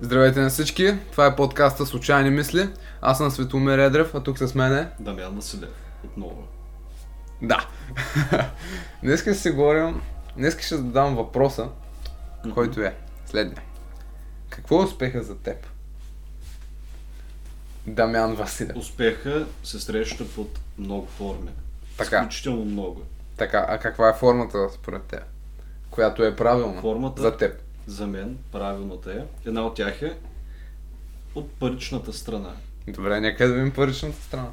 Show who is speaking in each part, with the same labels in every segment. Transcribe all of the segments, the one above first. Speaker 1: Здравейте на всички, това е подкаста Случайни мисли. Аз съм Светомир Редрев, а тук с мен е...
Speaker 2: Дамян Василев. Отново.
Speaker 1: Да. Днес ще си говорим... Днес ще задам въпроса, който е следния. Какво е успеха за теб? Дамян Василев.
Speaker 2: Успеха се среща под много форми.
Speaker 1: Така.
Speaker 2: Изключително много.
Speaker 1: Така, а каква е формата според теб? Която е правилна
Speaker 2: Формата?
Speaker 1: за теб.
Speaker 2: За мен правилната е. Една от тях е от паричната страна.
Speaker 1: Добре, нека да видим паричната страна.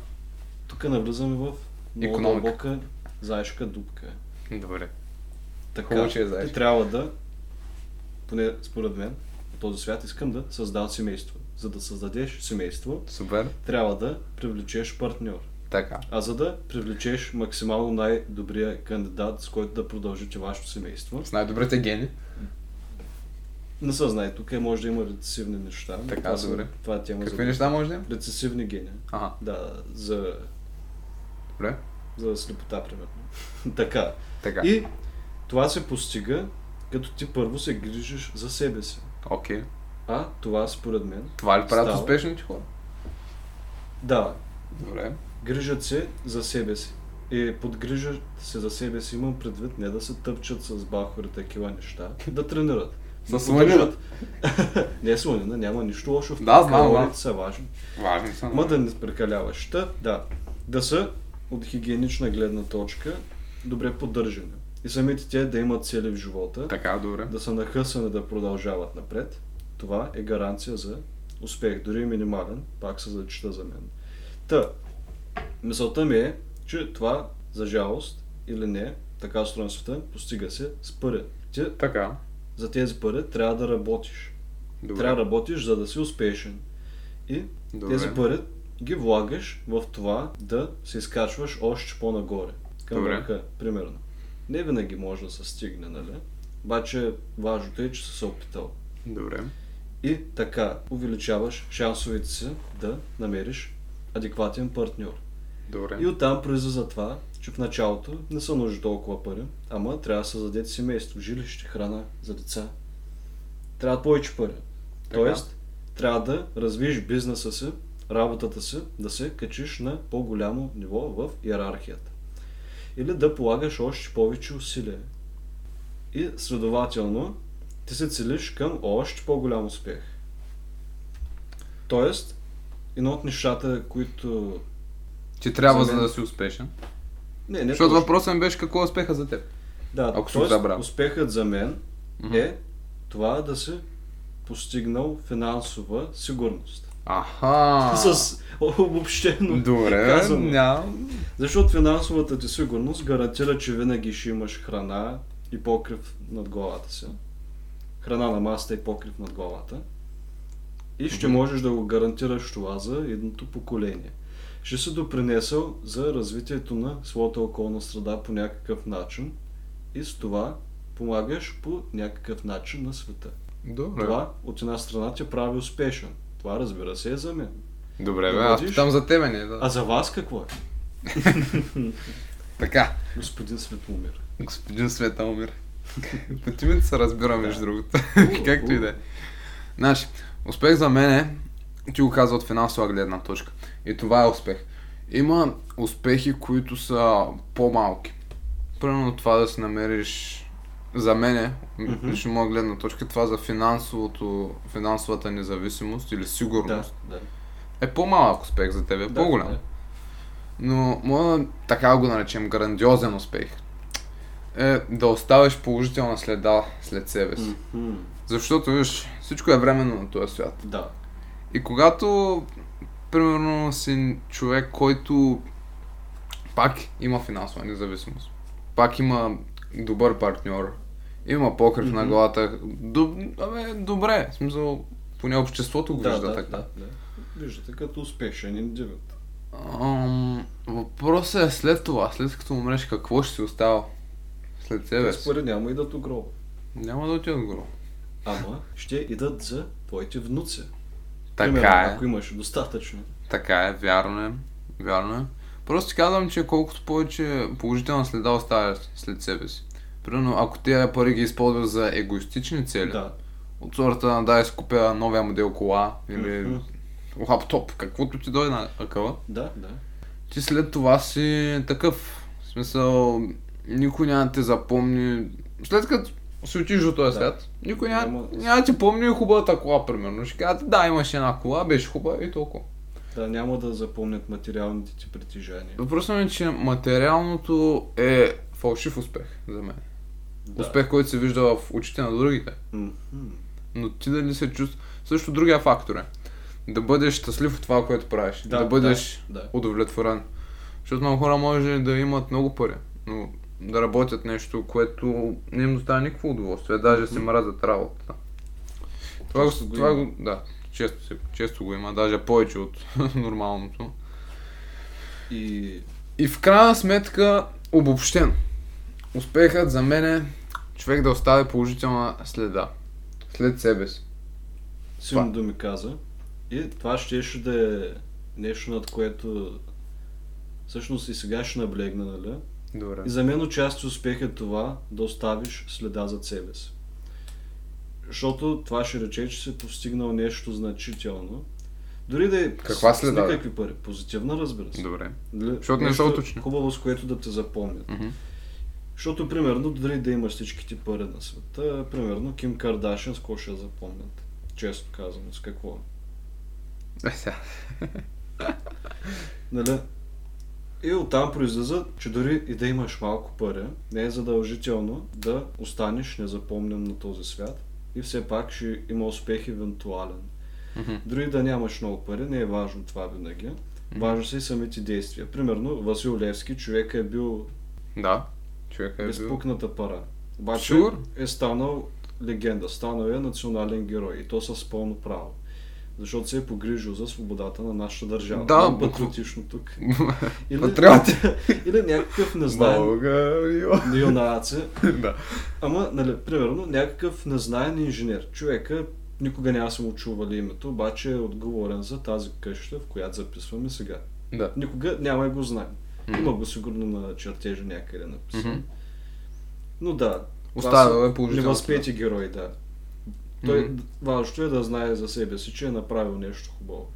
Speaker 2: Тук навлизаме в много
Speaker 1: Икономика.
Speaker 2: дълбока заешка дупка.
Speaker 1: Добре.
Speaker 2: Така,
Speaker 1: Хубаво, че е заешка.
Speaker 2: ти трябва да, поне според мен, в този свят искам да създавам семейство. За да създадеш семейство,
Speaker 1: Супер.
Speaker 2: трябва да привлечеш партньор.
Speaker 1: Така.
Speaker 2: А за да привлечеш максимално най-добрия кандидат, с който да продължите вашето семейство,
Speaker 1: С най-добрите гени.
Speaker 2: не се знае, тук е, може да има рецесивни неща.
Speaker 1: Така,
Speaker 2: това, са-
Speaker 1: добре.
Speaker 2: Това е тема за...
Speaker 1: Какви неща може да има?
Speaker 2: Рецесивни гени.
Speaker 1: Ага,
Speaker 2: Да, за,
Speaker 1: добре.
Speaker 2: за слепота, примерно. така.
Speaker 1: Така.
Speaker 2: И това се постига, като ти първо се грижиш за себе си.
Speaker 1: Окей.
Speaker 2: А това според мен,
Speaker 1: Това ли правят
Speaker 2: Става.
Speaker 1: успешните хора?
Speaker 2: да,
Speaker 1: Добре.
Speaker 2: грижат се за себе си. И подгрижат се за себе си, имам предвид не да се тъпчат с бахори такива неща, да тренират.
Speaker 1: За слънина.
Speaker 2: Поддържат. не слънина, няма нищо лошо в
Speaker 1: Да, знам, знам.
Speaker 2: калориите са важни.
Speaker 1: Важни са.
Speaker 2: Ма да не прекаляваш. Та, да, да са от хигиенична гледна точка добре поддържани. И самите те да имат цели в живота,
Speaker 1: Така, добре.
Speaker 2: да са нахъсани да продължават напред. Това е гаранция за успех, дори и минимален, пак се зачита за мен. Та, мисълта ми е, че това, за жалост или не, така устроен света, постига се с пари. Ти
Speaker 1: Така.
Speaker 2: за тези пари трябва да работиш.
Speaker 1: Добре.
Speaker 2: Трябва да работиш, за да си успешен. И
Speaker 1: Добре.
Speaker 2: тези пари ги влагаш в това да се изкачваш още по-нагоре. Към
Speaker 1: Добре.
Speaker 2: върха, примерно. Не винаги може да се стигне, нали? Обаче важното е, че си се опитал.
Speaker 1: Добре.
Speaker 2: И така увеличаваш шансовете си да намериш адекватен партньор.
Speaker 1: Добре.
Speaker 2: И оттам произлиза това, че в началото не са нужни толкова пари, ама трябва да създадете семейство, жилище, храна за деца. Трябва повече пари.
Speaker 1: Така.
Speaker 2: Тоест, трябва да развиеш бизнеса си, работата си, да се качиш на по-голямо ниво в иерархията. Или да полагаш още повече усилия. И следователно, ти се целиш към още по-голям успех. Тоест, едно от нещата, които...
Speaker 1: Че трябва
Speaker 2: За
Speaker 1: за
Speaker 2: мен-
Speaker 1: да си успешен.
Speaker 2: Не, не
Speaker 1: Защото
Speaker 2: точно.
Speaker 1: въпросът ми беше какво е успеха за теб.
Speaker 2: Да,
Speaker 1: Ако съм
Speaker 2: тоест,
Speaker 1: забрал.
Speaker 2: успехът за мен
Speaker 1: Мгм.
Speaker 2: е това да си постигнал финансова сигурност.
Speaker 1: Аха.
Speaker 2: С обобщено
Speaker 1: Добре,
Speaker 2: казано.
Speaker 1: нямам.
Speaker 2: Защото финансовата ти сигурност гарантира, че винаги ще имаш храна и покрив над главата си. Храна на масата и покрив над главата. И ще можеш да го гарантираш това за едното поколение. Ще си допринесъл за развитието на своята околна среда по някакъв начин и с това помагаш по някакъв начин на света.
Speaker 1: Добре.
Speaker 2: Това от една страна те прави успешен. Това разбира се е за мен.
Speaker 1: Добре, бе,
Speaker 2: Да
Speaker 1: аз
Speaker 2: бъдеш.
Speaker 1: питам за тебе, не да.
Speaker 2: А за вас какво е?
Speaker 1: Така.
Speaker 2: Господин Светломир.
Speaker 1: Господин Светомир. По тимите се разбира, между другото. Както и да е. Значи, успех за мен е, ти го казва от финансова гледна точка. И това е успех. Има успехи, които са по-малки. Примерно това да си намериш за мене,
Speaker 2: Мгм.
Speaker 1: лично моя гледна точка, това за финансовото, финансовата независимост или
Speaker 2: Да,
Speaker 1: сигурност
Speaker 2: да.
Speaker 1: е по-малък успех за тебе,
Speaker 2: Да,
Speaker 1: по-голям.
Speaker 2: да.
Speaker 1: Но моя, така го наречем, грандиозен успех е да оставиш положителна следа след себе си.
Speaker 2: Мгм.
Speaker 1: Защото, виж, всичко е временно на този свят.
Speaker 2: Да.
Speaker 1: И когато, примерно, си човек, който пак има финансова независимост, пак има добър партньор, има покрив на
Speaker 2: Мгм.
Speaker 1: главата, доб... абе, добре, в смисъл, поне обществото го
Speaker 2: Да,
Speaker 1: вижда
Speaker 2: да,
Speaker 1: така.
Speaker 2: да, да. Виждате като успешен индивид.
Speaker 1: Ам, въпросът е след това, след като умреш, какво ще си остава? След себе си.
Speaker 2: Според няма идат у гроба.
Speaker 1: Няма да отида в гроб.
Speaker 2: Ама ще идат за твоите внуци.
Speaker 1: Така
Speaker 2: Примерно,
Speaker 1: е,
Speaker 2: Ако имаш достатъчно.
Speaker 1: така е, вярно е, вярно е. Просто ти казвам, че колкото повече положителна следа Е. оставяш след себе си. Примерно, ако тия пари ги използваш за егоистични цели,
Speaker 2: Да.
Speaker 1: От сорта на дай си купя новия модел кола или
Speaker 2: Мгм.
Speaker 1: лаптоп, каквото ти дойде на акъла.
Speaker 2: Да, да.
Speaker 1: Ти след това си такъв. В смисъл, никой няма да те запомни. След като си отиш от този
Speaker 2: Да.
Speaker 1: свят, никой няма,
Speaker 2: Няма-
Speaker 1: няма да ти помни хубавата кола, примерно. Ще кажат, да, имаше една кола, беше хубава и толкова.
Speaker 2: Да, няма да запомнят материалните ти притежания.
Speaker 1: Въпросът ми е, че материалното е фалшив успех за мен.
Speaker 2: Да.
Speaker 1: Успех, който се вижда в очите на другите.
Speaker 2: Мгм.
Speaker 1: Но ти дали се чувстваш... Също другия фактор е. Да бъдеш щастлив от това, което правиш. Да,
Speaker 2: Да,
Speaker 1: да бъдеш
Speaker 2: да, да.
Speaker 1: удовлетворен. Защото много хора може да имат много пари, но да работят нещо, което не им доставя никакво удоволствие. Даже се мразят работата. Това, го,
Speaker 2: Често го
Speaker 1: това
Speaker 2: има.
Speaker 1: го, да, често, се- често го има, даже повече от нормалното.
Speaker 2: И
Speaker 1: И в крайна сметка, обобщен. Успехът за мен е човек да остави положителна следа. След себе си.
Speaker 2: силно
Speaker 1: Това.
Speaker 2: да ми каза. И това щеше да е нещо, над което всъщност и сега ще наблегна, нали?
Speaker 1: Добре.
Speaker 2: И за мен отчасти успех е това да оставиш следа за себе си. Защото това ще рече, че си постигнал нещо значително. Дори да е
Speaker 1: Каква
Speaker 2: с- с
Speaker 1: следа, бе?
Speaker 2: никакви пари. Позитивна, разбира се.
Speaker 1: Добре.
Speaker 2: Нали?
Speaker 1: Защото не е
Speaker 2: нещо
Speaker 1: са уточни.
Speaker 2: Хубаво, с което да те запомнят.
Speaker 1: Мгм.
Speaker 2: Защото, примерно, дори да имаш всичките пари на света, примерно, Ким Кардашин с какво ще я запомнят? Честно казано, с какво?
Speaker 1: Е, сега.
Speaker 2: Нали? И оттам произлиза, че дори и да имаш малко пари, не е задължително да останеш незапомнен на този свят и все пак ще има успех евентуален.
Speaker 1: Мгм.
Speaker 2: Дори да нямаш много пари, не е важно това винаги. Важно са и самите действия. Примерно, Васил Левски, човек е бил
Speaker 1: Да. Човек е бил.
Speaker 2: безпукната пара. Обаче
Speaker 1: Сигурно?
Speaker 2: е станал легенда, станал е национален герой и то с пълно право. Защото се е погрижил за свободата на нашата държава.
Speaker 1: Да,
Speaker 2: Много
Speaker 1: буква-
Speaker 2: патриотично тук. Или,
Speaker 1: Патриоти.
Speaker 2: или някакъв незнаен
Speaker 1: България.
Speaker 2: неонация.
Speaker 1: Да.
Speaker 2: Ама, нали, примерно, някакъв незнаен инженер. Човека никога няма съм очували името, обаче е отговорен за тази къща, в която записваме сега.
Speaker 1: Да.
Speaker 2: Никога няма и го знаем.
Speaker 1: Мгм.
Speaker 2: Има го сигурно на чертежа някъде
Speaker 1: Мгм.
Speaker 2: написано. Но да, това
Speaker 1: Оставил е
Speaker 2: са
Speaker 1: положително.
Speaker 2: Невъзпети герой, да. Той, Важното е да знае за себе си, че е направил нещо хубаво.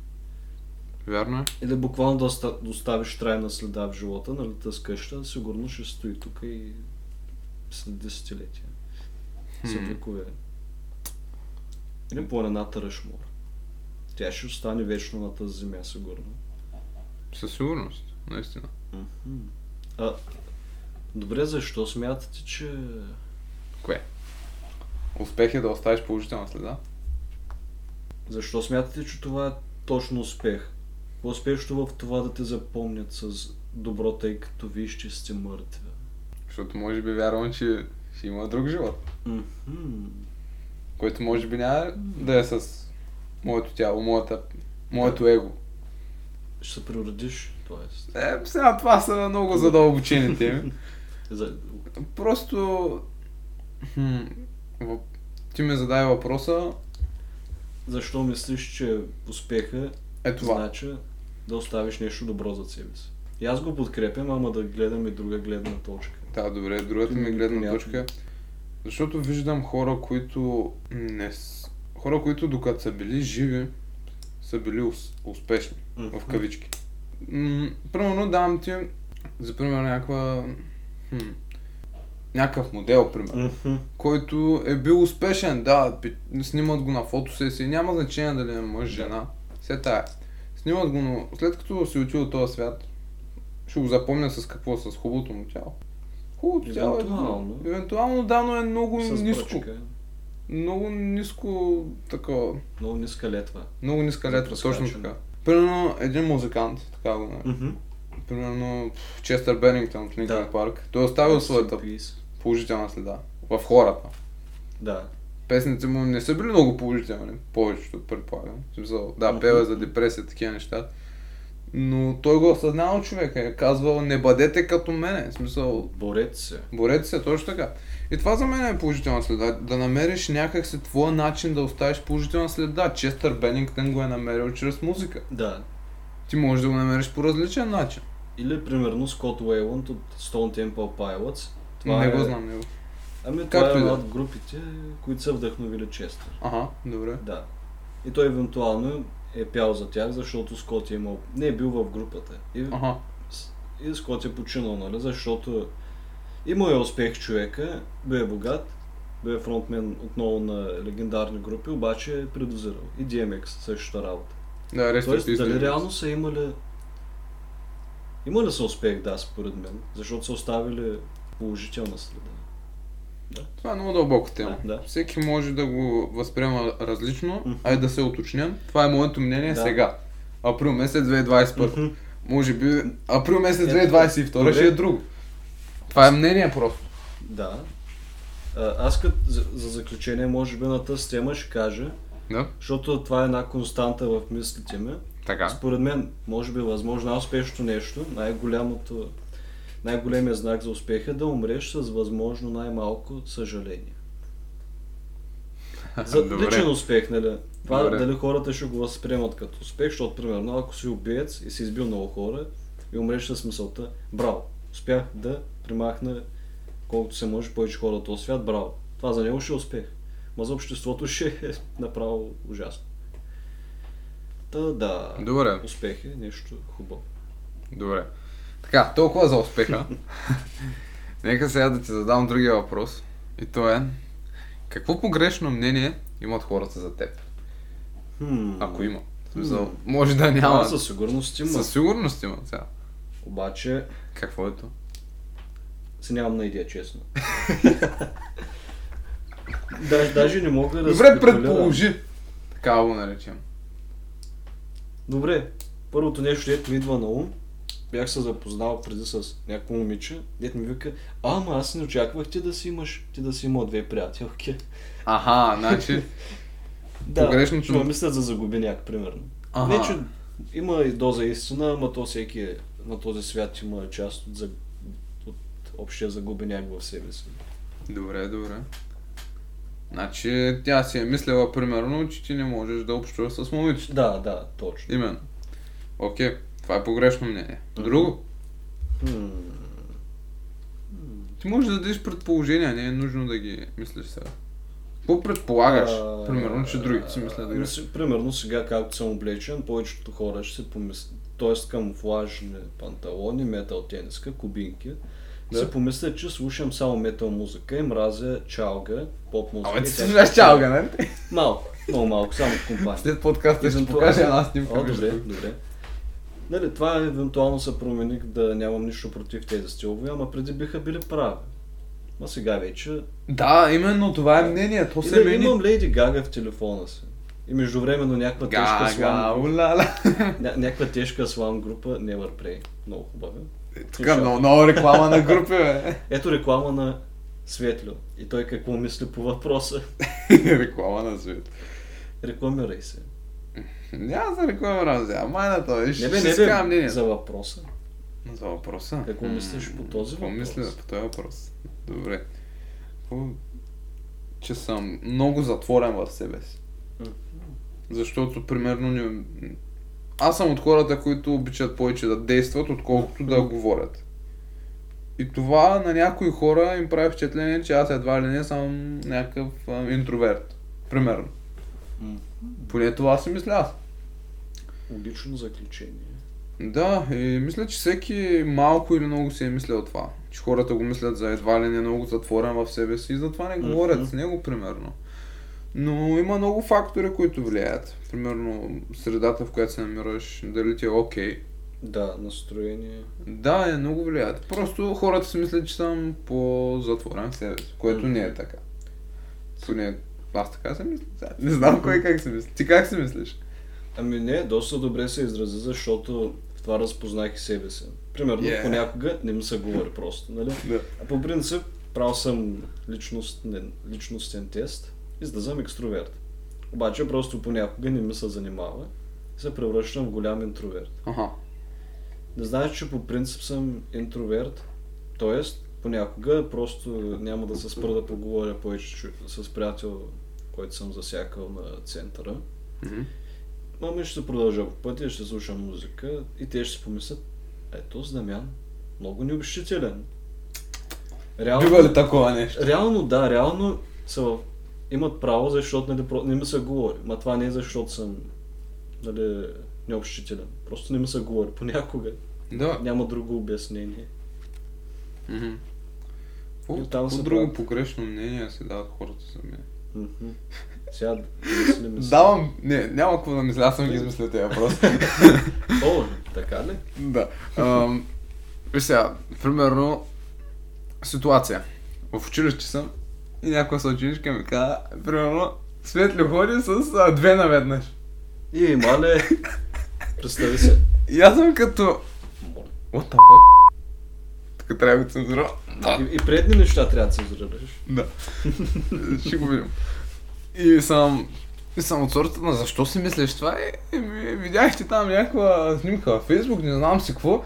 Speaker 1: Вярно е.
Speaker 2: Или буквално да оста- да оставиш трайна следа в живота, нали, тази къща, сигурно ще стои тук и след десетилетия. След
Speaker 1: Хм.
Speaker 2: векове. Или планината Рашмор. Тя ще остане вечно на тази земя, сигурно.
Speaker 1: Със сигурност. Наистина.
Speaker 2: А, добре, защо смятате, че...
Speaker 1: Успех е да оставиш положителна следа.
Speaker 2: Защо смятате, че това е точно успех? Успешно в това да те запомнят с добро, тъй като виж, че сте мъртви.
Speaker 1: Защото може би вярвам, че ще има друг живот.
Speaker 2: Мгм.
Speaker 1: Който може би няма да е с моето тяло, моята, моето его.
Speaker 2: Ще се природиш, т.е.
Speaker 1: Е, сега това са много задълбочени теми.
Speaker 2: За...
Speaker 1: Просто... Хм, въп- ти ми задай въпроса.
Speaker 2: Защо мислиш, че успеха
Speaker 1: Е това.
Speaker 2: значи да оставиш нещо добро за себе си? И аз го подкрепям, ама да гледам и друга гледна точка.
Speaker 1: Да, добре. Другата ми гледна
Speaker 2: Понятно.
Speaker 1: точка. е, Защото виждам хора, които не с... Хора, които докато са били живи, са били ус... успешни. В кавички. М, примерно давам ти за пример някаква... Хм, някакъв модел, примерно.
Speaker 2: Мгм.
Speaker 1: който е бил успешен, да, пи- снимат го на фотосесия, няма значение дали е мъж, жена, все тая. Снимат го, но след като си отил от този свят, ще го запомня с какво, с хубавото му тяло. Хубавото тяло е...
Speaker 2: Евентуално.
Speaker 1: Евентуално, да, но е много
Speaker 2: С
Speaker 1: ниско.
Speaker 2: бръчка.
Speaker 1: Много ниско, такова,
Speaker 2: Много ниска летва.
Speaker 1: много ниска
Speaker 2: За
Speaker 1: летва, точно
Speaker 2: прескачане.
Speaker 1: така. Примерно един музикант, така го наричам. Примерно Честър Бенингтън в Линкен
Speaker 2: Да.
Speaker 1: Парк. Той е оставил
Speaker 2: Rest in
Speaker 1: своята
Speaker 2: peace.
Speaker 1: положителна следа в хората.
Speaker 2: Да.
Speaker 1: песните му не са били много положителни, повечето предполагам. В смисъл, да,
Speaker 2: Мгм.
Speaker 1: пева за депресия, такива неща. Но той го осъзнава човека и е казвал, не бъдете като мене. В смисъл,
Speaker 2: Борец се.
Speaker 1: борете се, точно така. И това за мен е положителна следа. Да намериш някакси твоя начин да оставиш положителна следа. Честър Бенингтън го е намерил чрез музика.
Speaker 2: Да.
Speaker 1: Ти можеш да го намериш по различен начин.
Speaker 2: Или примерно Скот Уейланд от Stone Temple Pilots.
Speaker 1: Това
Speaker 2: Това
Speaker 1: не
Speaker 2: е
Speaker 1: го знам него.
Speaker 2: Ами това
Speaker 1: Както
Speaker 2: е
Speaker 1: и да
Speaker 2: една
Speaker 1: е.
Speaker 2: от групите, които са вдъхновили Честър.
Speaker 1: Ага, добре.
Speaker 2: Да. И той евентуално е пял за тях, защото Скот е имал... Не е бил в групата. И,
Speaker 1: Ага,
Speaker 2: и Скот е починал, нали? Защото имал е успех човека, бе е богат, бе е фронтмен отново на легендарни групи, обаче е предозирал. И DMX същата работа.
Speaker 1: да, рестът
Speaker 2: Тоест, дали реално са имали... Имали са успех, да, според мен, защото са оставили положителна следа.
Speaker 1: Това е много дълбока тема.
Speaker 2: Да, да.
Speaker 1: Всеки може да го възприема различно,
Speaker 2: Мгм.
Speaker 1: а и да се уточня. Това е моето мнение
Speaker 2: Да.
Speaker 1: сега. Април месец 2021.
Speaker 2: Мгм.
Speaker 1: Може би април месец
Speaker 2: Е,
Speaker 1: 2022 ще е
Speaker 2: добре.
Speaker 1: друго. Това е мнение просто.
Speaker 2: Да. А, Аз като за, за заключение, може би на тази тема ще кажа,
Speaker 1: Да,
Speaker 2: защото това е една константа в мислите ми.
Speaker 1: така.
Speaker 2: Според мен, може би, възможно най-успешното нещо, най-голямото, най-големия знак за успех е да умреш с възможно най-малко съжаление. За
Speaker 1: Добре.
Speaker 2: личен успех, нали? Това
Speaker 1: Добре.
Speaker 2: дали хората ще го възприемат като успех, защото, примерно, ако си убиец и си избил много хора и умреш с мисълта, браво, успях да примахна колкото се може повече хора от този свят, браво. Това за него ще е успех. Ма за обществото ще е направо ужасно. Та да.
Speaker 1: Добре,
Speaker 2: Успех е нещо хубаво.
Speaker 1: добре. Така, толкова за успеха. Нека сега да ти задам другия въпрос. И то е, какво погрешно мнение имат хората за теб?
Speaker 2: Хм.
Speaker 1: Ако има. В смисъл, може да няма.
Speaker 2: Това със сигурност има.
Speaker 1: Със сигурност има сега.
Speaker 2: Обаче
Speaker 1: Какво е то?
Speaker 2: се нямам на идея, честно. даже, даже не мога да
Speaker 1: Добре,
Speaker 2: спекулирам.
Speaker 1: предположи. Така го наречем.
Speaker 2: Добре, първото нещо, дето ми идва на ум, бях се запознал преди с някакво момиче, дето ми вика, ама аз не очаквах ти да си имаш, ти да си имал две приятелки.
Speaker 1: Аха, значи.
Speaker 2: Да,
Speaker 1: Погрешното-
Speaker 2: ще ме мислят за загубеняк, примерно.
Speaker 1: Аха.
Speaker 2: Не, че има и доза истина, ама то всеки е- на този свят има част от, за... от общия загубеняк в себе си.
Speaker 1: Добре, добре. Значи тя си е мислела примерно, че ти не можеш да общуваш с момичета.
Speaker 2: Да, да, точно.
Speaker 1: Именно. Окей, това е погрешно мнение. Друго?
Speaker 2: Хм,
Speaker 1: Ти можеш да дадеш предположения, не е нужно да ги мислиш сега. Какво предполагаш?
Speaker 2: а,
Speaker 1: Примерно, че другите си мислят да
Speaker 2: ами
Speaker 1: ги...
Speaker 2: се- Примерно сега, както съм облечен, повечето хора ще се помислят, т.е. камуфлажни панталони, метал тениска, кубинки,
Speaker 1: Да.
Speaker 2: да. се помислят, че слушам само метал музика и мразя чалга, поп музика.
Speaker 1: Абе, ти си знаеш чалга, не?
Speaker 2: Малко, много малко, само в компания.
Speaker 1: След подкаста ще
Speaker 2: Евентуално-
Speaker 1: покажа една снимка.
Speaker 2: е. О, добре,
Speaker 1: виждам.
Speaker 2: добре. Нали, това евентуално се промених да нямам нищо против тези стилове, ама преди биха били прави. Ма сега вече...
Speaker 1: Да, именно това е мнение. То
Speaker 2: И
Speaker 1: се
Speaker 2: да
Speaker 1: мени.
Speaker 2: имам Леди Гага в телефона си. И междувременно някаква тежка
Speaker 1: Гага,
Speaker 2: слам...
Speaker 1: уляла.
Speaker 2: Ня- някаква тежка слам група Never Pray. Много хубава.
Speaker 1: Тук е много, много реклама на групи, бе.
Speaker 2: Ето реклама на Светлю. И той какво мисли по въпроса.
Speaker 1: реклама на свет.
Speaker 2: Рекламирай се.
Speaker 1: Няма за реклама рази, ама е на това. Ще
Speaker 2: Не
Speaker 1: не,
Speaker 2: бе,
Speaker 1: си скажа
Speaker 2: не бе,
Speaker 1: мнение.
Speaker 2: за въпроса.
Speaker 1: За въпроса.
Speaker 2: Какво
Speaker 1: М,
Speaker 2: мислиш по този
Speaker 1: Какво
Speaker 2: въпрос?
Speaker 1: мисля по този въпрос? Добре. Какво- Че съм много затворен в себе си.
Speaker 2: Мгм.
Speaker 1: Защото, примерно, не... аз съм от хората, които обичат повече да действат, отколкото да говорят. И това на някои хора им прави впечатление, че аз едва ли не съм някакъв а, интроверт. Примерно.
Speaker 2: М.
Speaker 1: Поне това си мисля аз.
Speaker 2: Логично заключение.
Speaker 1: Да, и мисля, че всеки малко или много си е мислял това. Че хората го мислят за едва ли не много затворен в себе си и затова не
Speaker 2: Мгм.
Speaker 1: говорят с него, примерно. Но има много фактори, които влияят. Примерно, средата, в която се намираш, дали ти е окей.
Speaker 2: Да, настроение.
Speaker 1: Да, е много влияят. Просто хората си мислят, че съм по-затворен в себе си, което
Speaker 2: Мгм.
Speaker 1: не е така. Поне аз така се мисля. Не знам кой как се мисли. Ти как се мислиш?
Speaker 2: Ами не, доста добре се изрази, защото в това разпознах и себе си. Примерно,
Speaker 1: Yeah.
Speaker 2: yeah. понякога не ми се говори просто, нали?
Speaker 1: Да.
Speaker 2: А по принцип, правил съм личностен, личностен тест и за да съм екстроверт. Обаче просто понякога не ми се занимава и се превръщам в голям интроверт.
Speaker 1: Аха.
Speaker 2: Не знаеш, че по принцип съм интроверт, т.е. понякога просто няма да се спра да поговоря повече чу- с приятел, който съм засякал на центъра.
Speaker 1: Мгм.
Speaker 2: Мама ще продължа по пътя, ще слушам музика и те ще си помислят, ето Знамян, много ни обещителен. Реално,
Speaker 1: Бива ли такова нещо?
Speaker 2: реално да, реално са, в- имат право, защото нали, про- не ми се говори. Ма това не е защото съм нали, необщителен. Просто не ми се говори понякога.
Speaker 1: Да.
Speaker 2: Няма друго обяснение.
Speaker 1: Мгм. Какво-
Speaker 2: И оттам
Speaker 1: какво
Speaker 2: се
Speaker 1: друго
Speaker 2: правят.
Speaker 1: погрешно мнение си дават хората за мен?
Speaker 2: Мгм. Сега да мислим си.
Speaker 1: Давам, не, няма какво да мисля, аз съм ги измислил тези въпроси.
Speaker 2: О, така ли?
Speaker 1: Да. Ам, Виж сега, примерно, ситуация. В училище съм и някоя съученичка ми каза, примерно, Светли ходи с а, две наведнъж.
Speaker 2: И има ли? Представи се.
Speaker 1: И аз съм като... What the fuck? Тук трябва да ви цензура. Да.
Speaker 2: И, и предни неща трябва да се израдеш.
Speaker 1: Да. Ще го видим. И съм... И съм от сорта на защо си мислиш това? И, и, видяхте там някаква снимка във Фейсбук, не знам си какво.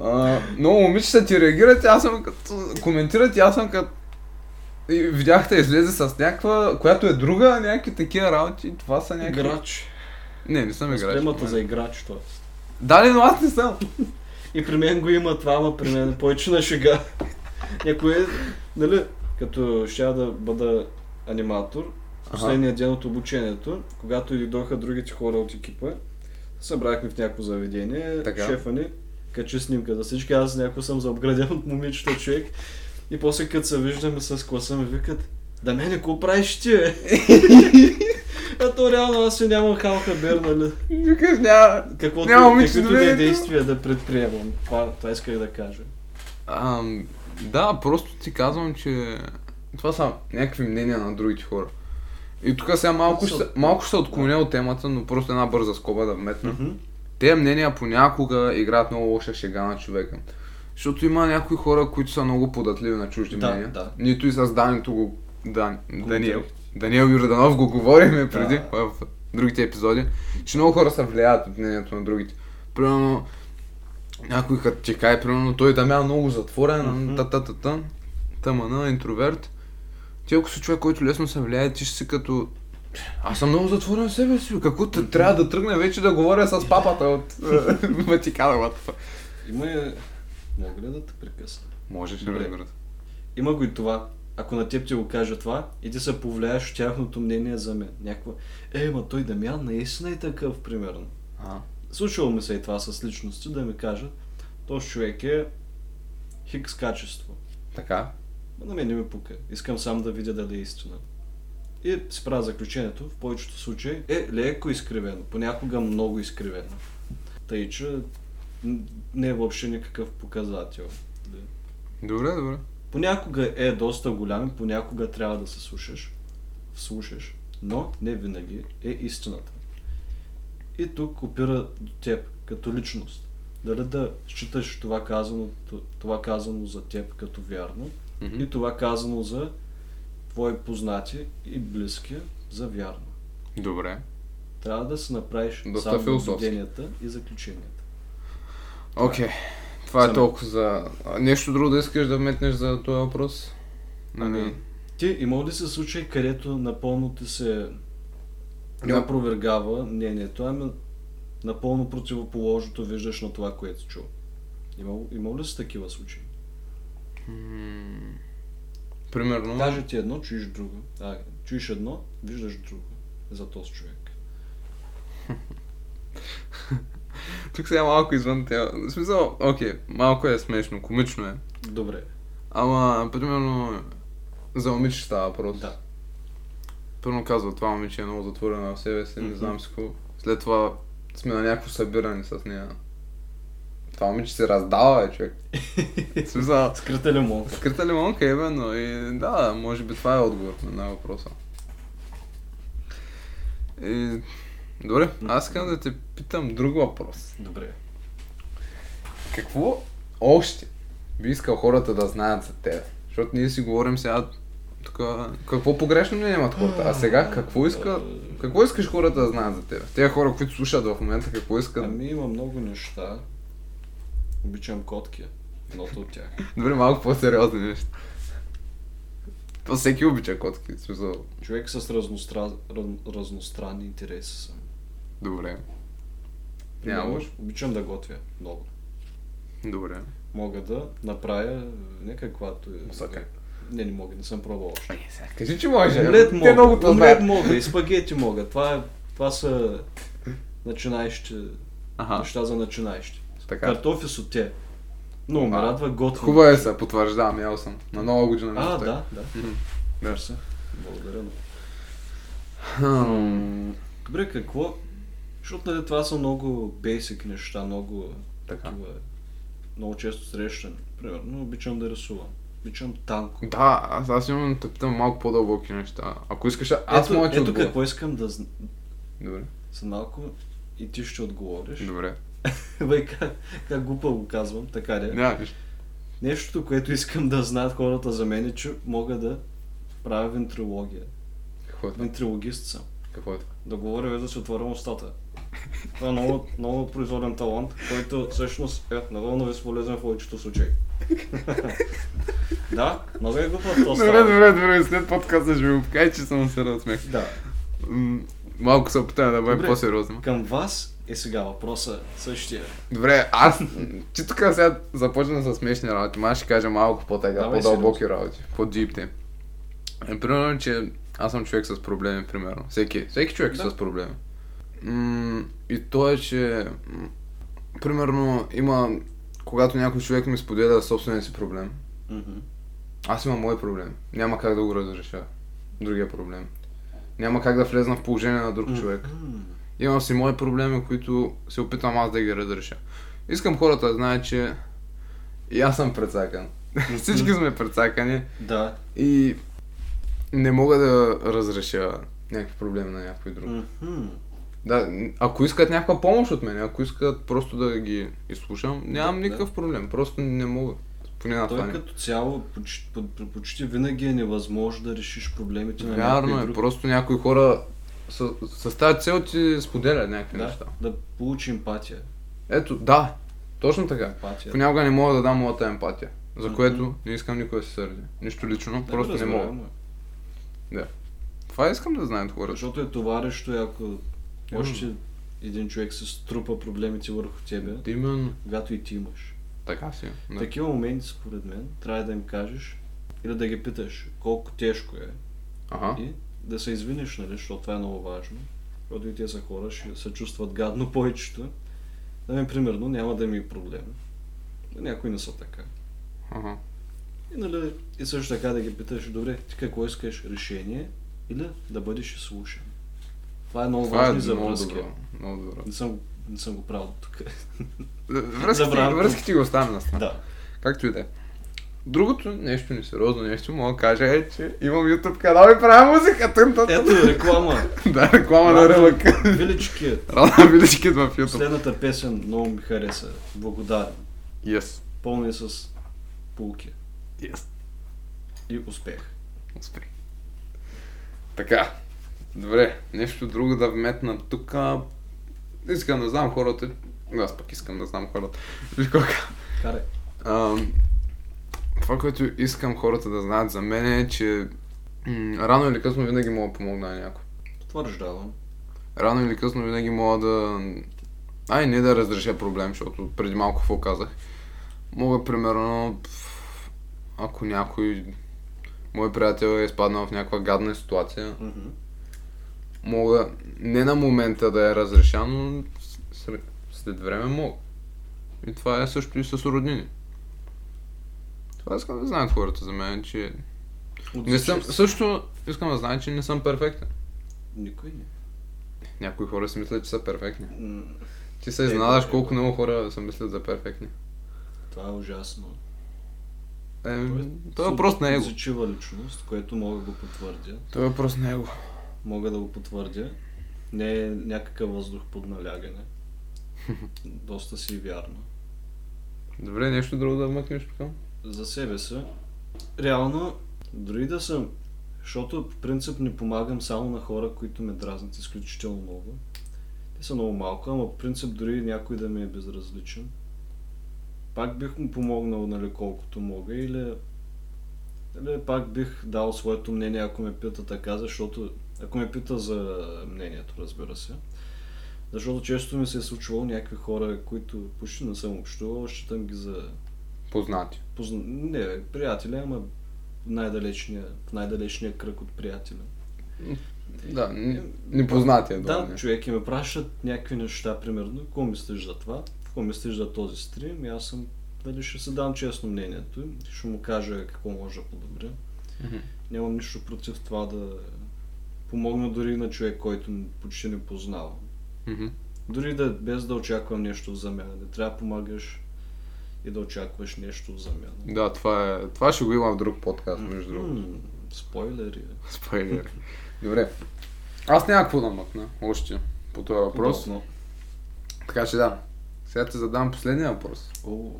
Speaker 1: А, много момичета ти реагират, и аз съм като... коментират, и аз съм като... И видяхте, излезе с някаква, която е друга, някакви такива работи, това са някакви...
Speaker 2: Играч.
Speaker 1: Не, не съм играч.
Speaker 2: Темата за играч това.
Speaker 1: Да, не, но аз не съм.
Speaker 2: И при мен го има това, ама при мен е повече на шега. Някой е, нали, като ще да бъда аниматор, последния ден от обучението, когато и дойдоха другите хора от екипа, събрахме в някакво заведение,
Speaker 1: Така.
Speaker 2: шефа ни, качи снимка за всички, аз някой съм заобграден от момичето човек. И после като се виждаме с класа ми викат, да мене, какво правиш ти, бе? а то реално аз си нямам халка бер, нали?
Speaker 1: Никак няма.
Speaker 2: Каквото,
Speaker 1: Няма момиче
Speaker 2: каквито
Speaker 1: да
Speaker 2: и да
Speaker 1: ме-
Speaker 2: е действия да предприемам. Това, това исках да кажа.
Speaker 1: Ам, да, просто ти казвам, че това са някакви мнения на другите хора. И тук сега малко ще, малко ще се отклоня от темата, но просто една бърза скоба да вметна.
Speaker 2: Мгм.
Speaker 1: Те мнения понякога играят много лоша шега на човека. Защото има някои хора, които са много податливи на чужди
Speaker 2: Да,
Speaker 1: мнения.
Speaker 2: да.
Speaker 1: Нито и с Данито го... Дан... Даниел.
Speaker 2: говорихте.
Speaker 1: Даниел Юрданов го говорихме преди
Speaker 2: Да.
Speaker 1: в другите епизоди, че много хора се влияят от мнението на другите. Примерно, някой като ти кае, примерно, той да мя много затворен,
Speaker 2: Мгм.
Speaker 1: та та та та тъмана, интроверт. Ти ако си човек, който лесно се влияе, ти ще си като... Аз съм много затворен в себе си, бе. какво те, трябва да тръгна вече да говоря с папата от е, Ватикана, what the fuck?
Speaker 2: Има е... Мога ли да те прекъсна?
Speaker 1: Можеш
Speaker 2: Добре.
Speaker 1: разбира се.
Speaker 2: Има го и това. Ако на теб ти го кажа това, и ти се повлияеш от тяхното мнение за мен. Някаква, е, ма той Дамян наистина е такъв, примерно.
Speaker 1: А,
Speaker 2: Случвало ми се и това с личности, да ми кажат, този човек е хикс качество.
Speaker 1: така.
Speaker 2: Ма на мен не ми пука. Искам сам да видя дали е истина. И си правя заключението, в повечето случаи е леко изкривено, понякога много изкривено. Тъй, че н- не е въобще никакъв показател. Да.
Speaker 1: Добре, добре.
Speaker 2: Понякога е доста голям, и понякога трябва да се слушаш, вслушаш, но не винаги е истината. И тук опира до теб, като личност. Дали да считаш това казано, това казано за теб като вярно
Speaker 1: Мгм.
Speaker 2: и това казано за твои познати и близки за вярно.
Speaker 1: Добре.
Speaker 2: Трябва да си направиш
Speaker 1: Доста
Speaker 2: сам
Speaker 1: философски.
Speaker 2: наблюденията и заключенията.
Speaker 1: Окей. Това е
Speaker 2: Само.
Speaker 1: толкова за... А, Нещо друго да искаш да вметнеш за този въпрос? Нали?
Speaker 2: Ами, Ти имал ли се случай, където напълно ти се не
Speaker 1: Да.
Speaker 2: опровергава мнението, ами напълно противоположното виждаш на това, което си чул? Имал, имал ли си такива случаи?
Speaker 1: М, Примерно...
Speaker 2: Каже ти едно, чуеш друго. А, чуеш едно, виждаш друго. За този човек.
Speaker 1: Тук сега малко извън тема. В смисъл, окей, малко е смешно, комично е.
Speaker 2: Добре.
Speaker 1: Ама, примерно, за момиче става въпрос.
Speaker 2: Да.
Speaker 1: Първо казва, това момиче е много затворена в себе си, не
Speaker 2: Мгм.
Speaker 1: знам си какво. След това сме на някакво събиране с нея. Това момиче се раздава, бе, човек. В смисъл,
Speaker 2: Скрита лимон.
Speaker 1: скрита лимонка, именно. е, И да, може би това е отговор на въпроса. И... Добре, аз искам да те питам друг въпрос.
Speaker 2: Добре.
Speaker 1: Какво още би искал хората да знаят за теб? Защото ние си говорим сега тук, какво погрешно не имат хората. А сега какво, иска, какво искаш хората да знаят за теб? Те хора, които слушат в момента, какво искат?
Speaker 2: Ами има много неща. Обичам котки. Едното от тях.
Speaker 1: Добре, малко по-сериозни неща. То всеки обича котки. в Смисъл.
Speaker 2: Човек с разностра... раз- разностранни интереси съм.
Speaker 1: Добре. Няма
Speaker 2: Примерно,
Speaker 1: лошо.
Speaker 2: Обичам да готвя. Много.
Speaker 1: Добре.
Speaker 2: мога да направя не каквато е.
Speaker 1: Мусака.
Speaker 2: Не, не мога, не съм пробвал още.
Speaker 1: Е, сега Кажи, че може.
Speaker 2: Омлет
Speaker 1: Те
Speaker 2: мога,
Speaker 1: много то
Speaker 2: омлет
Speaker 1: знаят.
Speaker 2: мога, и спагети мога. Това, е, това са начинаещи
Speaker 1: Аха,
Speaker 2: неща за начинаещи.
Speaker 1: така.
Speaker 2: Картофи суте. Много ме
Speaker 1: А,
Speaker 2: радва, готвим.
Speaker 1: Хубаво е се, потвърждавам, ял съм. На нова година
Speaker 2: А,
Speaker 1: ми
Speaker 2: да, да.
Speaker 1: Мгм.
Speaker 2: Да. се. Благодаря. много.
Speaker 1: Хм,
Speaker 2: Добре, какво? Защото нали, това са много бейсик неща, много
Speaker 1: Така.
Speaker 2: такива, много често срещани. Примерно, обичам да рисувам. Обичам танко.
Speaker 1: Да, аз, аз имам да те питам малко по-дълбоки неща. Ако искаш, аз
Speaker 2: ето,
Speaker 1: мога да ти
Speaker 2: ето
Speaker 1: отговоря.
Speaker 2: какво искам да зн...
Speaker 1: Добре,
Speaker 2: за малко и ти ще отговориш.
Speaker 1: добре.
Speaker 2: Бай, как, как глупа го казвам, така де.
Speaker 1: Няма нищо.
Speaker 2: Нещото, което искам да знаят хората за мен е, че мога да правя вентрилогия.
Speaker 1: Какво е това?
Speaker 2: Вентрилогист съм.
Speaker 1: Какво е това?
Speaker 2: Да говоря без да си отворя устата. Това е много, много произволен талант, който всъщност е напълно безполезен в повечето случаи. да, много е глупо то
Speaker 1: Добре,
Speaker 2: става.
Speaker 1: добре, добре, след подкаста ще ми го покажа, че съм се разсмех.
Speaker 2: Да.
Speaker 1: М, Малко се опитам да бъде
Speaker 2: Добре.
Speaker 1: по-сериозно.
Speaker 2: Към вас е сега въпроса същия.
Speaker 1: Добре, аз, че тук сега започна с смешни работи, май ще кажа малко по-така,
Speaker 2: Давай,
Speaker 1: по-дълбоки работи, по-дипте. Е, примерно, че аз съм човек с проблеми, примерно. Всеки, всеки човек е
Speaker 2: Да.
Speaker 1: с проблеми. М- и то е, че... м, примерно, има... Когато някой човек ми споделя собствения си проблем,
Speaker 2: Мгм.
Speaker 1: аз имам мой проблем. Няма как да го разреша. Другия проблем. Няма как да влезна в положение на друг човек.
Speaker 2: Мгм.
Speaker 1: Имам си мои проблеми, които се опитвам аз да ги разреша. Искам хората да знаят, че и аз съм прецакан. Всички сме прецакани
Speaker 2: Да.
Speaker 1: и не мога да разреша някакви проблеми на някой друг.
Speaker 2: Мгм.
Speaker 1: Да, ако искат някаква помощ от мен, ако искат просто да ги изслушам, нямам
Speaker 2: Да, да.
Speaker 1: никакъв проблем. Просто не мога. Поне на това.
Speaker 2: Той е
Speaker 1: не-
Speaker 2: като цяло почти, под- почти винаги е невъзможно да решиш проблемите на
Speaker 1: Вярно
Speaker 2: някой
Speaker 1: е,
Speaker 2: друг.
Speaker 1: просто някои хора с, с тази цел ти споделят някакви
Speaker 2: да,
Speaker 1: неща.
Speaker 2: да получи емпатия.
Speaker 1: Ето, да, точно така.
Speaker 2: емпатия.
Speaker 1: Понякога не мога да дам моята емпатия, за
Speaker 2: Мгм.
Speaker 1: което не искам никой да се сърди. Нищо лично,
Speaker 2: Да,
Speaker 1: просто не
Speaker 2: разбираемо
Speaker 1: мога.
Speaker 2: е.
Speaker 1: Това искам да знаят хората.
Speaker 2: Защото е товарещо и ако още
Speaker 1: Именно.
Speaker 2: един човек се струпа проблемите върху тебе,
Speaker 1: Именно.
Speaker 2: когато и ти имаш.
Speaker 1: Така си. е, да.
Speaker 2: Такива моменти, според мен, трябва да им кажеш или да ги питаш колко тежко е
Speaker 1: Ага.
Speaker 2: и да се извиниш, нали, защото това е много важно. Защото и те са хора, ще се чувстват гадно повечето. Да ми, примерно, няма да ми е проблем. Да някои не са така.
Speaker 1: Ага.
Speaker 2: И, нали, и също така да ги питаш, добре, ти какво искаш решение или да бъдеш изслушан. Това е много
Speaker 1: Това е
Speaker 2: важно и за
Speaker 1: много
Speaker 2: връзки.
Speaker 1: добро. Много добро.
Speaker 2: Не съм, не съм го правил до тук.
Speaker 1: Връзките,
Speaker 2: Забравям.
Speaker 1: връзките го оставям на страна.
Speaker 2: Да.
Speaker 1: Както и да е. Другото нещо несериозно нещо мога да кажа е, че имам YouTube канал и правя музика. Тън, тън, тън.
Speaker 2: Ето реклама.
Speaker 1: Да, реклама на
Speaker 2: Радио
Speaker 1: ръбък.
Speaker 2: Велички.
Speaker 1: Рана Вилич Кид в YouTube.
Speaker 2: Последната песен много ми хареса. Благодарен.
Speaker 1: Yes.
Speaker 2: Пълна е с полки
Speaker 1: Yes.
Speaker 2: и успех.
Speaker 1: Успех. Така. Добре, нещо друго да вметна тук. Искам да знам хората. Аз пък искам да знам хората. Виж колко.
Speaker 2: Карай.
Speaker 1: Ам, Това, което искам хората да знаят за мен е, че м, рано или късно винаги мога да помогна на някой.
Speaker 2: Потвърждавам.
Speaker 1: рано или късно винаги мога да... Ай, не да разреша проблем, защото преди малко какво казах. Мога, примерно, пф, ако някой мой приятел е изпаднал в някаква гадна ситуация,
Speaker 2: Мгм.
Speaker 1: мога не на момента да я разреша, но ср- след време мога. И това е също и с роднини. Това искам да знаят хората за мен, че...
Speaker 2: От
Speaker 1: Не съм...
Speaker 2: всички-
Speaker 1: Също искам да знаят, че не съм перфектен.
Speaker 2: Никой не.
Speaker 1: Някои хора си мислят, че са перфектни.
Speaker 2: М,
Speaker 1: Ти се
Speaker 2: Е,
Speaker 1: изненадаш
Speaker 2: е,
Speaker 1: колко
Speaker 2: е.
Speaker 1: много хора се мислят за перфектни.
Speaker 2: Това е ужасно.
Speaker 1: Е, той е въпрос на его.
Speaker 2: Зачива личност, което мога да го потвърдя.
Speaker 1: Той е въпрос на его.
Speaker 2: Мога да го потвърдя. Не е някакъв въздух под налягане. Доста си вярно.
Speaker 1: Добре, нещо друго да вмъкнеш тук?
Speaker 2: за себе си. Реално, дори да съм, защото по принцип не помагам само на хора, които ме дразнат изключително много. Те са много малко, ама по принцип дори някой да ми е безразличен. Пак бих му помогнал, нали, колкото мога, или, или пак бих дал своето мнение, ако ме пита така, защото ако ме пита за мнението, разбира се. Защото често ми се е случвало някакви хора, които почти не съм общувал, считам ги за
Speaker 1: Познати.
Speaker 2: Позна... Не, бе, приятеля, ама най-далечния, в най-далечния кръг от приятеля.
Speaker 1: Да, н- непознати е
Speaker 2: Да,
Speaker 1: долу, не.
Speaker 2: човек и ме пращат някакви неща, примерно, какво мислиш за това, какво мислиш за този стрим и аз съм, дали ще се дам честно мнението, им, ще му кажа какво може да подобря.
Speaker 1: Мгм.
Speaker 2: Нямам нищо против това да помогна дори на човек, който н- почти не познавам.
Speaker 1: Мгм.
Speaker 2: Дори да, без да очаквам нещо в замяна. Не трябва да помагаш и да очакваш нещо в замяна.
Speaker 1: Да, това, е, това ще го има в друг подкаст, между другото.
Speaker 2: М, Спойлери. е. бе.
Speaker 1: Спойлер. Добре. Аз няма какво да мъкна още по този въпрос.
Speaker 2: Удобно.
Speaker 1: Така че да. Сега ти задам последния въпрос.
Speaker 2: О,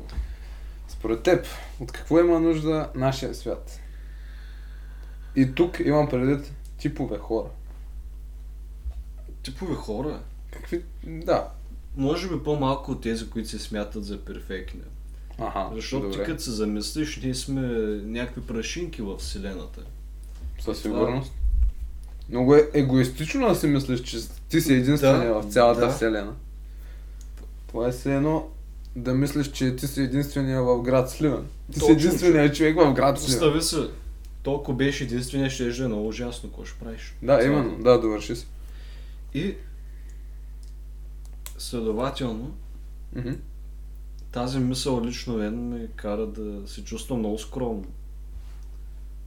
Speaker 1: Според теб, от какво има нужда нашия свят? И тук имам предвид типове хора.
Speaker 2: Типове хора.
Speaker 1: Какви? Да.
Speaker 2: Може би по-малко от тези, които се смятат за перфектни.
Speaker 1: Аха.
Speaker 2: Защото ти
Speaker 1: добре.
Speaker 2: като се замислиш, ние сме някакви прашинки в Вселената.
Speaker 1: Със сигурност. Много е егоистично да си мислиш, че ти си единствения
Speaker 2: Да,
Speaker 1: в цялата
Speaker 2: да.
Speaker 1: вселена. Това е все едно да мислиш, че ти си единствения в град Сливен. Ти си
Speaker 2: Точно,
Speaker 1: единствения човек в град Сливен.
Speaker 2: Представи се, толкова беше единствения, ще е много ужасно, какво ще правиш?
Speaker 1: Да, именно. Да, довърши си.
Speaker 2: И следователно,
Speaker 1: Мгм.
Speaker 2: тази мисъл лично мен ме кара да се чувствам много скромно.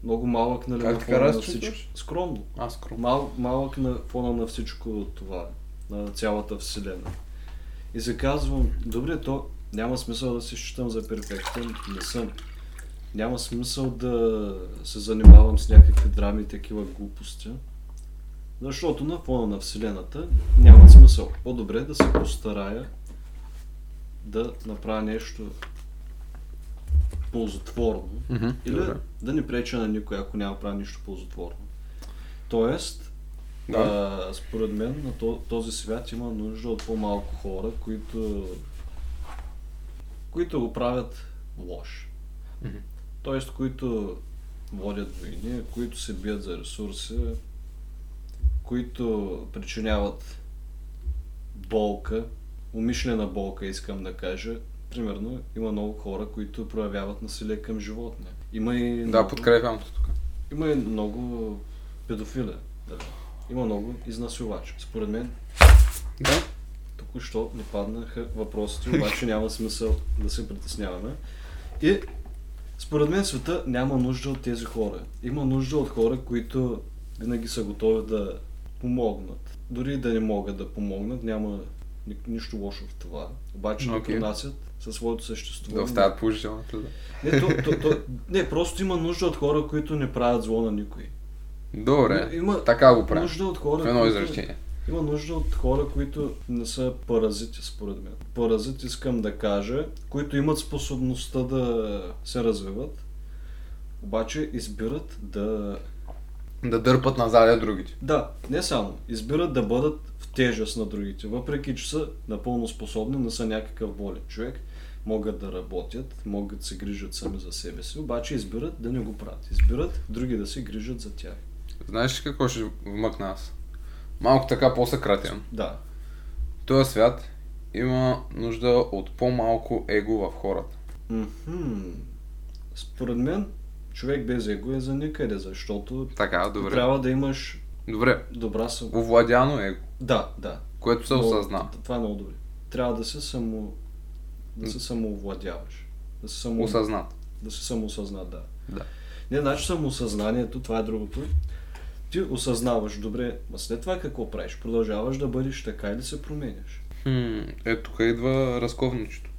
Speaker 2: Много малък нали,
Speaker 1: Как
Speaker 2: на
Speaker 1: те
Speaker 2: фона
Speaker 1: кара да
Speaker 2: на
Speaker 1: се
Speaker 2: всичко.
Speaker 1: чувстваш?
Speaker 2: Скромно.
Speaker 1: Аз скромно.
Speaker 2: Мал, малък на фона на всичко това, на цялата вселена. И се казвам, добре, то няма смисъл да се считам за перфектен, не съм. Няма смисъл да се занимавам с някакви драми и такива глупости. Защото на фона на Вселената няма смисъл. По-добре да се постарая да направя нещо ползотворно.
Speaker 1: Мгм,
Speaker 2: Или
Speaker 1: добре.
Speaker 2: да не преча на никой, ако няма прави нищо ползотворно. Тоест,
Speaker 1: Да.
Speaker 2: а, според мен на то- този свят има нужда от по-малко хора, които, които го правят лош.
Speaker 1: Мгм.
Speaker 2: Тоест, които водят войни, които се бият за ресурси, които причиняват болка, умишлена болка, искам да кажа. Примерно, има много хора, които проявяват насилие към животни. Има и
Speaker 1: Да,
Speaker 2: много-
Speaker 1: подкрепям те тук.
Speaker 2: има и много педофили. Да. Има много изнасилвачи. Според мен,
Speaker 1: Да.
Speaker 2: току-що не паднаха въпросите, обаче няма смисъл да се притесняваме. И според мен света няма нужда от тези хора. Има нужда от хора, които винаги са готови да помогнат. Дори и да не могат да помогнат, няма ни- нищо лошо в това. Обаче
Speaker 1: Окей.
Speaker 2: допринасят със своето съществуване.
Speaker 1: Да оставят положителната. Да.
Speaker 2: Не, то, то, то, не, просто има нужда от хора, които не правят зло на никой.
Speaker 1: Добре.
Speaker 2: Има-
Speaker 1: Така го правим.
Speaker 2: Нужда от
Speaker 1: В
Speaker 2: хора,
Speaker 1: едно
Speaker 2: които-
Speaker 1: е изречение.
Speaker 2: Има нужда от хора, които не са паразити, според мен. Паразит искам да кажа, които имат способността да се развиват, обаче избират да...
Speaker 1: Да дърпат назад другите.
Speaker 2: Да, не само. Избират да бъдат в тежест на другите, въпреки че са напълно способни, не са някакъв болен човек. Могат да работят, могат да се грижат сами за себе си, обаче избират да не го правят. Избират други да се грижат за тях.
Speaker 1: Знаеш ли какво ще вмъкна аз? Малко така по-съкратен.
Speaker 2: Да,
Speaker 1: Този свят има нужда от по-малко его в хората.
Speaker 2: Мгм. Според мен, човек без его е за никъде, защото
Speaker 1: Така, добре.
Speaker 2: трябва да имаш
Speaker 1: Добре.
Speaker 2: добра съм.
Speaker 1: Овладяно его,
Speaker 2: Да, да.
Speaker 1: което се
Speaker 2: Много-
Speaker 1: осъзна.
Speaker 2: Това е много добре. Трябва да се само. да се самоовладяваш. Да се само.
Speaker 1: Осъзнат.
Speaker 2: да се самоосъзна, да.
Speaker 1: Да.
Speaker 2: Не, значи самоосъзнанието, това е другото. Ти осъзнаваш, добре, а след това какво правиш? Продължаваш да бъдеш така или се променяш?
Speaker 1: Хм, е, тук идва разковничето.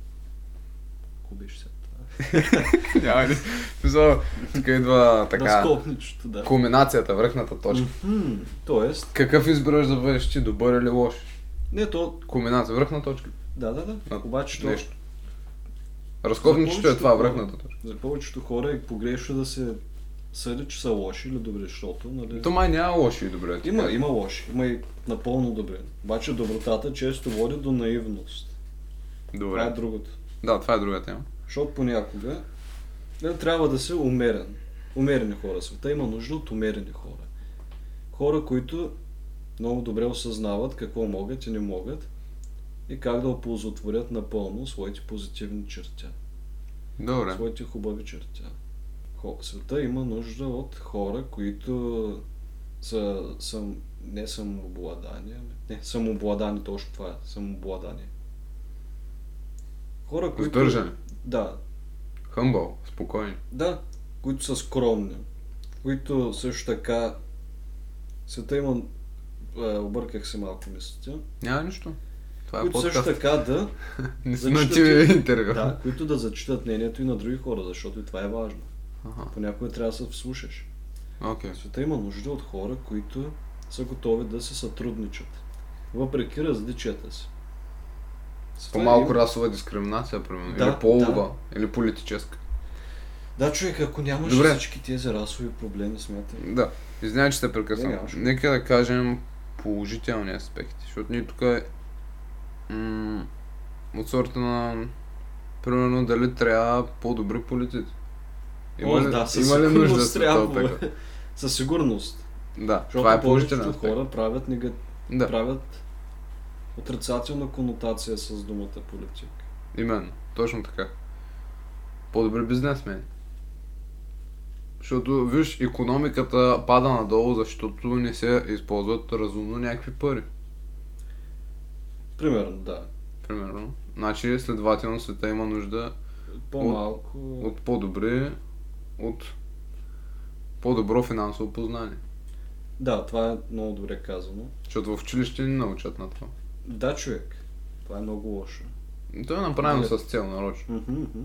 Speaker 2: Ако беше след това.
Speaker 1: Няма ли? Смисъл, тук идва така.
Speaker 2: Разкопничето, да.
Speaker 1: Кулминацията, връхната точка.
Speaker 2: Мгм. Тоест,
Speaker 1: Какъв избираш да бъдеш ти, добър или лош?
Speaker 2: не то,
Speaker 1: Кулминация, връхна точка.
Speaker 2: да, да, да.
Speaker 1: На
Speaker 2: Обаче то,
Speaker 1: Нещо. Разковничето е
Speaker 2: повечето
Speaker 1: това,
Speaker 2: хора-
Speaker 1: връхната точка.
Speaker 2: За повечето хора е погрешно да се съдят, че са лоши или добри, защото... Нали...
Speaker 1: То май няма лоши и добре.
Speaker 2: Има, има лоши, има и напълно добри. Обаче добротата често води до наивност. Това е
Speaker 1: Добре.
Speaker 2: другото.
Speaker 1: Да, това е друга тема.
Speaker 2: Защото понякога не, трябва да си умерен. Умерени хора. Света има нужда от умерени хора. Хора, които много добре осъзнават какво могат и не могат и как да оползотворят напълно своите позитивни черти.
Speaker 1: Добре.
Speaker 2: своите хубави черти. Хо- Света има нужда от хора, които са сам, не самообладание, ами- не самообладание, точно това е, самообладание. Хора, които...
Speaker 1: Сдържани.
Speaker 2: Да,
Speaker 1: Хъмбъл, спокойни.
Speaker 2: да, които са скромни, които също така... Света има... Е, обърках се малко мислите.
Speaker 1: Няма нищо. Това е
Speaker 2: Които също
Speaker 1: подкаст.
Speaker 2: така да,
Speaker 1: Не сме
Speaker 2: зачитат
Speaker 1: ти
Speaker 2: и-
Speaker 1: интервю.
Speaker 2: да, които да зачитат мнението и на други хора, защото и това е важно.
Speaker 1: Аха,
Speaker 2: Понякога трябва да се вслушаш.
Speaker 1: окей.
Speaker 2: Света има нужда от хора, които са готови да се сътрудничат, въпреки различията си. Света
Speaker 1: По-малко
Speaker 2: има-
Speaker 1: расова дискриминация, примерно.
Speaker 2: е Да,
Speaker 1: или полова, или политическа.
Speaker 2: Да, човек, ако нямаш
Speaker 1: Добре.
Speaker 2: всички тези расови проблеми, смятай.
Speaker 1: Да. Извинявай, че се
Speaker 2: Не,
Speaker 1: прекъсвам.
Speaker 2: нямаш.
Speaker 1: Нека да кажем положителни аспекти, защото ние тук е м- от сорта на примерно дали трябва по-добри политици.
Speaker 2: О,
Speaker 1: Има ли,
Speaker 2: да, със
Speaker 1: има ли нужда
Speaker 2: сигурност
Speaker 1: да трябва?
Speaker 2: трябва. бе. Със сигурност.
Speaker 1: Да,
Speaker 2: Защото
Speaker 1: това е положителен
Speaker 2: повечето
Speaker 1: аспект.
Speaker 2: хора правят, нега...
Speaker 1: Да,
Speaker 2: правят отрицателна конотация с думата политик.
Speaker 1: именно. Точно така. По-добри бизнесмени. Защото, виж, економиката пада надолу, защото не се използват разумно някакви пари.
Speaker 2: Примерно, да.
Speaker 1: Примерно. Значи, следователно, света има нужда
Speaker 2: По-малко.
Speaker 1: от по-добри, от по-добро финансово познание.
Speaker 2: Да, това е много добре казано.
Speaker 1: Защото в училище не научат на това.
Speaker 2: Да, човек. Това е много лошо.
Speaker 1: То е направено
Speaker 2: Да.
Speaker 1: с цел нарочно.
Speaker 2: Мгм, мгм.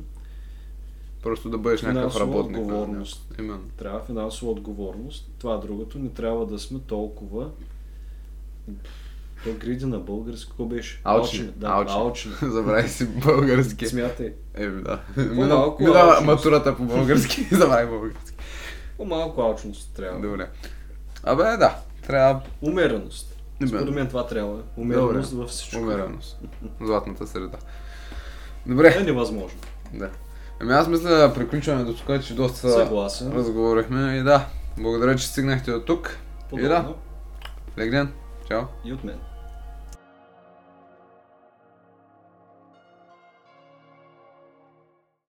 Speaker 1: Просто да бъдеш някакъв
Speaker 2: Финансова
Speaker 1: работник. на
Speaker 2: отговорност.
Speaker 1: някой. Именно.
Speaker 2: трябва финансова отговорност. Това другото не трябва да сме толкова то гриди на български, какво беше?
Speaker 1: Алчни,
Speaker 2: Да,
Speaker 1: алчни.
Speaker 2: алчни. алчни.
Speaker 1: Забрави си български.
Speaker 2: Смятай.
Speaker 1: Еми да. Мина,
Speaker 2: По-малко
Speaker 1: мина
Speaker 2: алчност.
Speaker 1: матурата по български. Забрави български.
Speaker 2: По-малко алчност трябва.
Speaker 1: Добре. Абе да, трябва
Speaker 2: Умереност. Според мен това трябва. Умереност във всичко.
Speaker 1: умереност. Златната среда.
Speaker 2: Е
Speaker 1: Добре,
Speaker 2: невъзможно.
Speaker 1: да. Ами аз мисля да приключваме до тук, че доста
Speaker 2: Съгласен.
Speaker 1: разговорихме и да. Благодаря, че стигнахте до тук. И да,
Speaker 2: Подобно.
Speaker 1: лег ден. Чао.
Speaker 2: И от мен.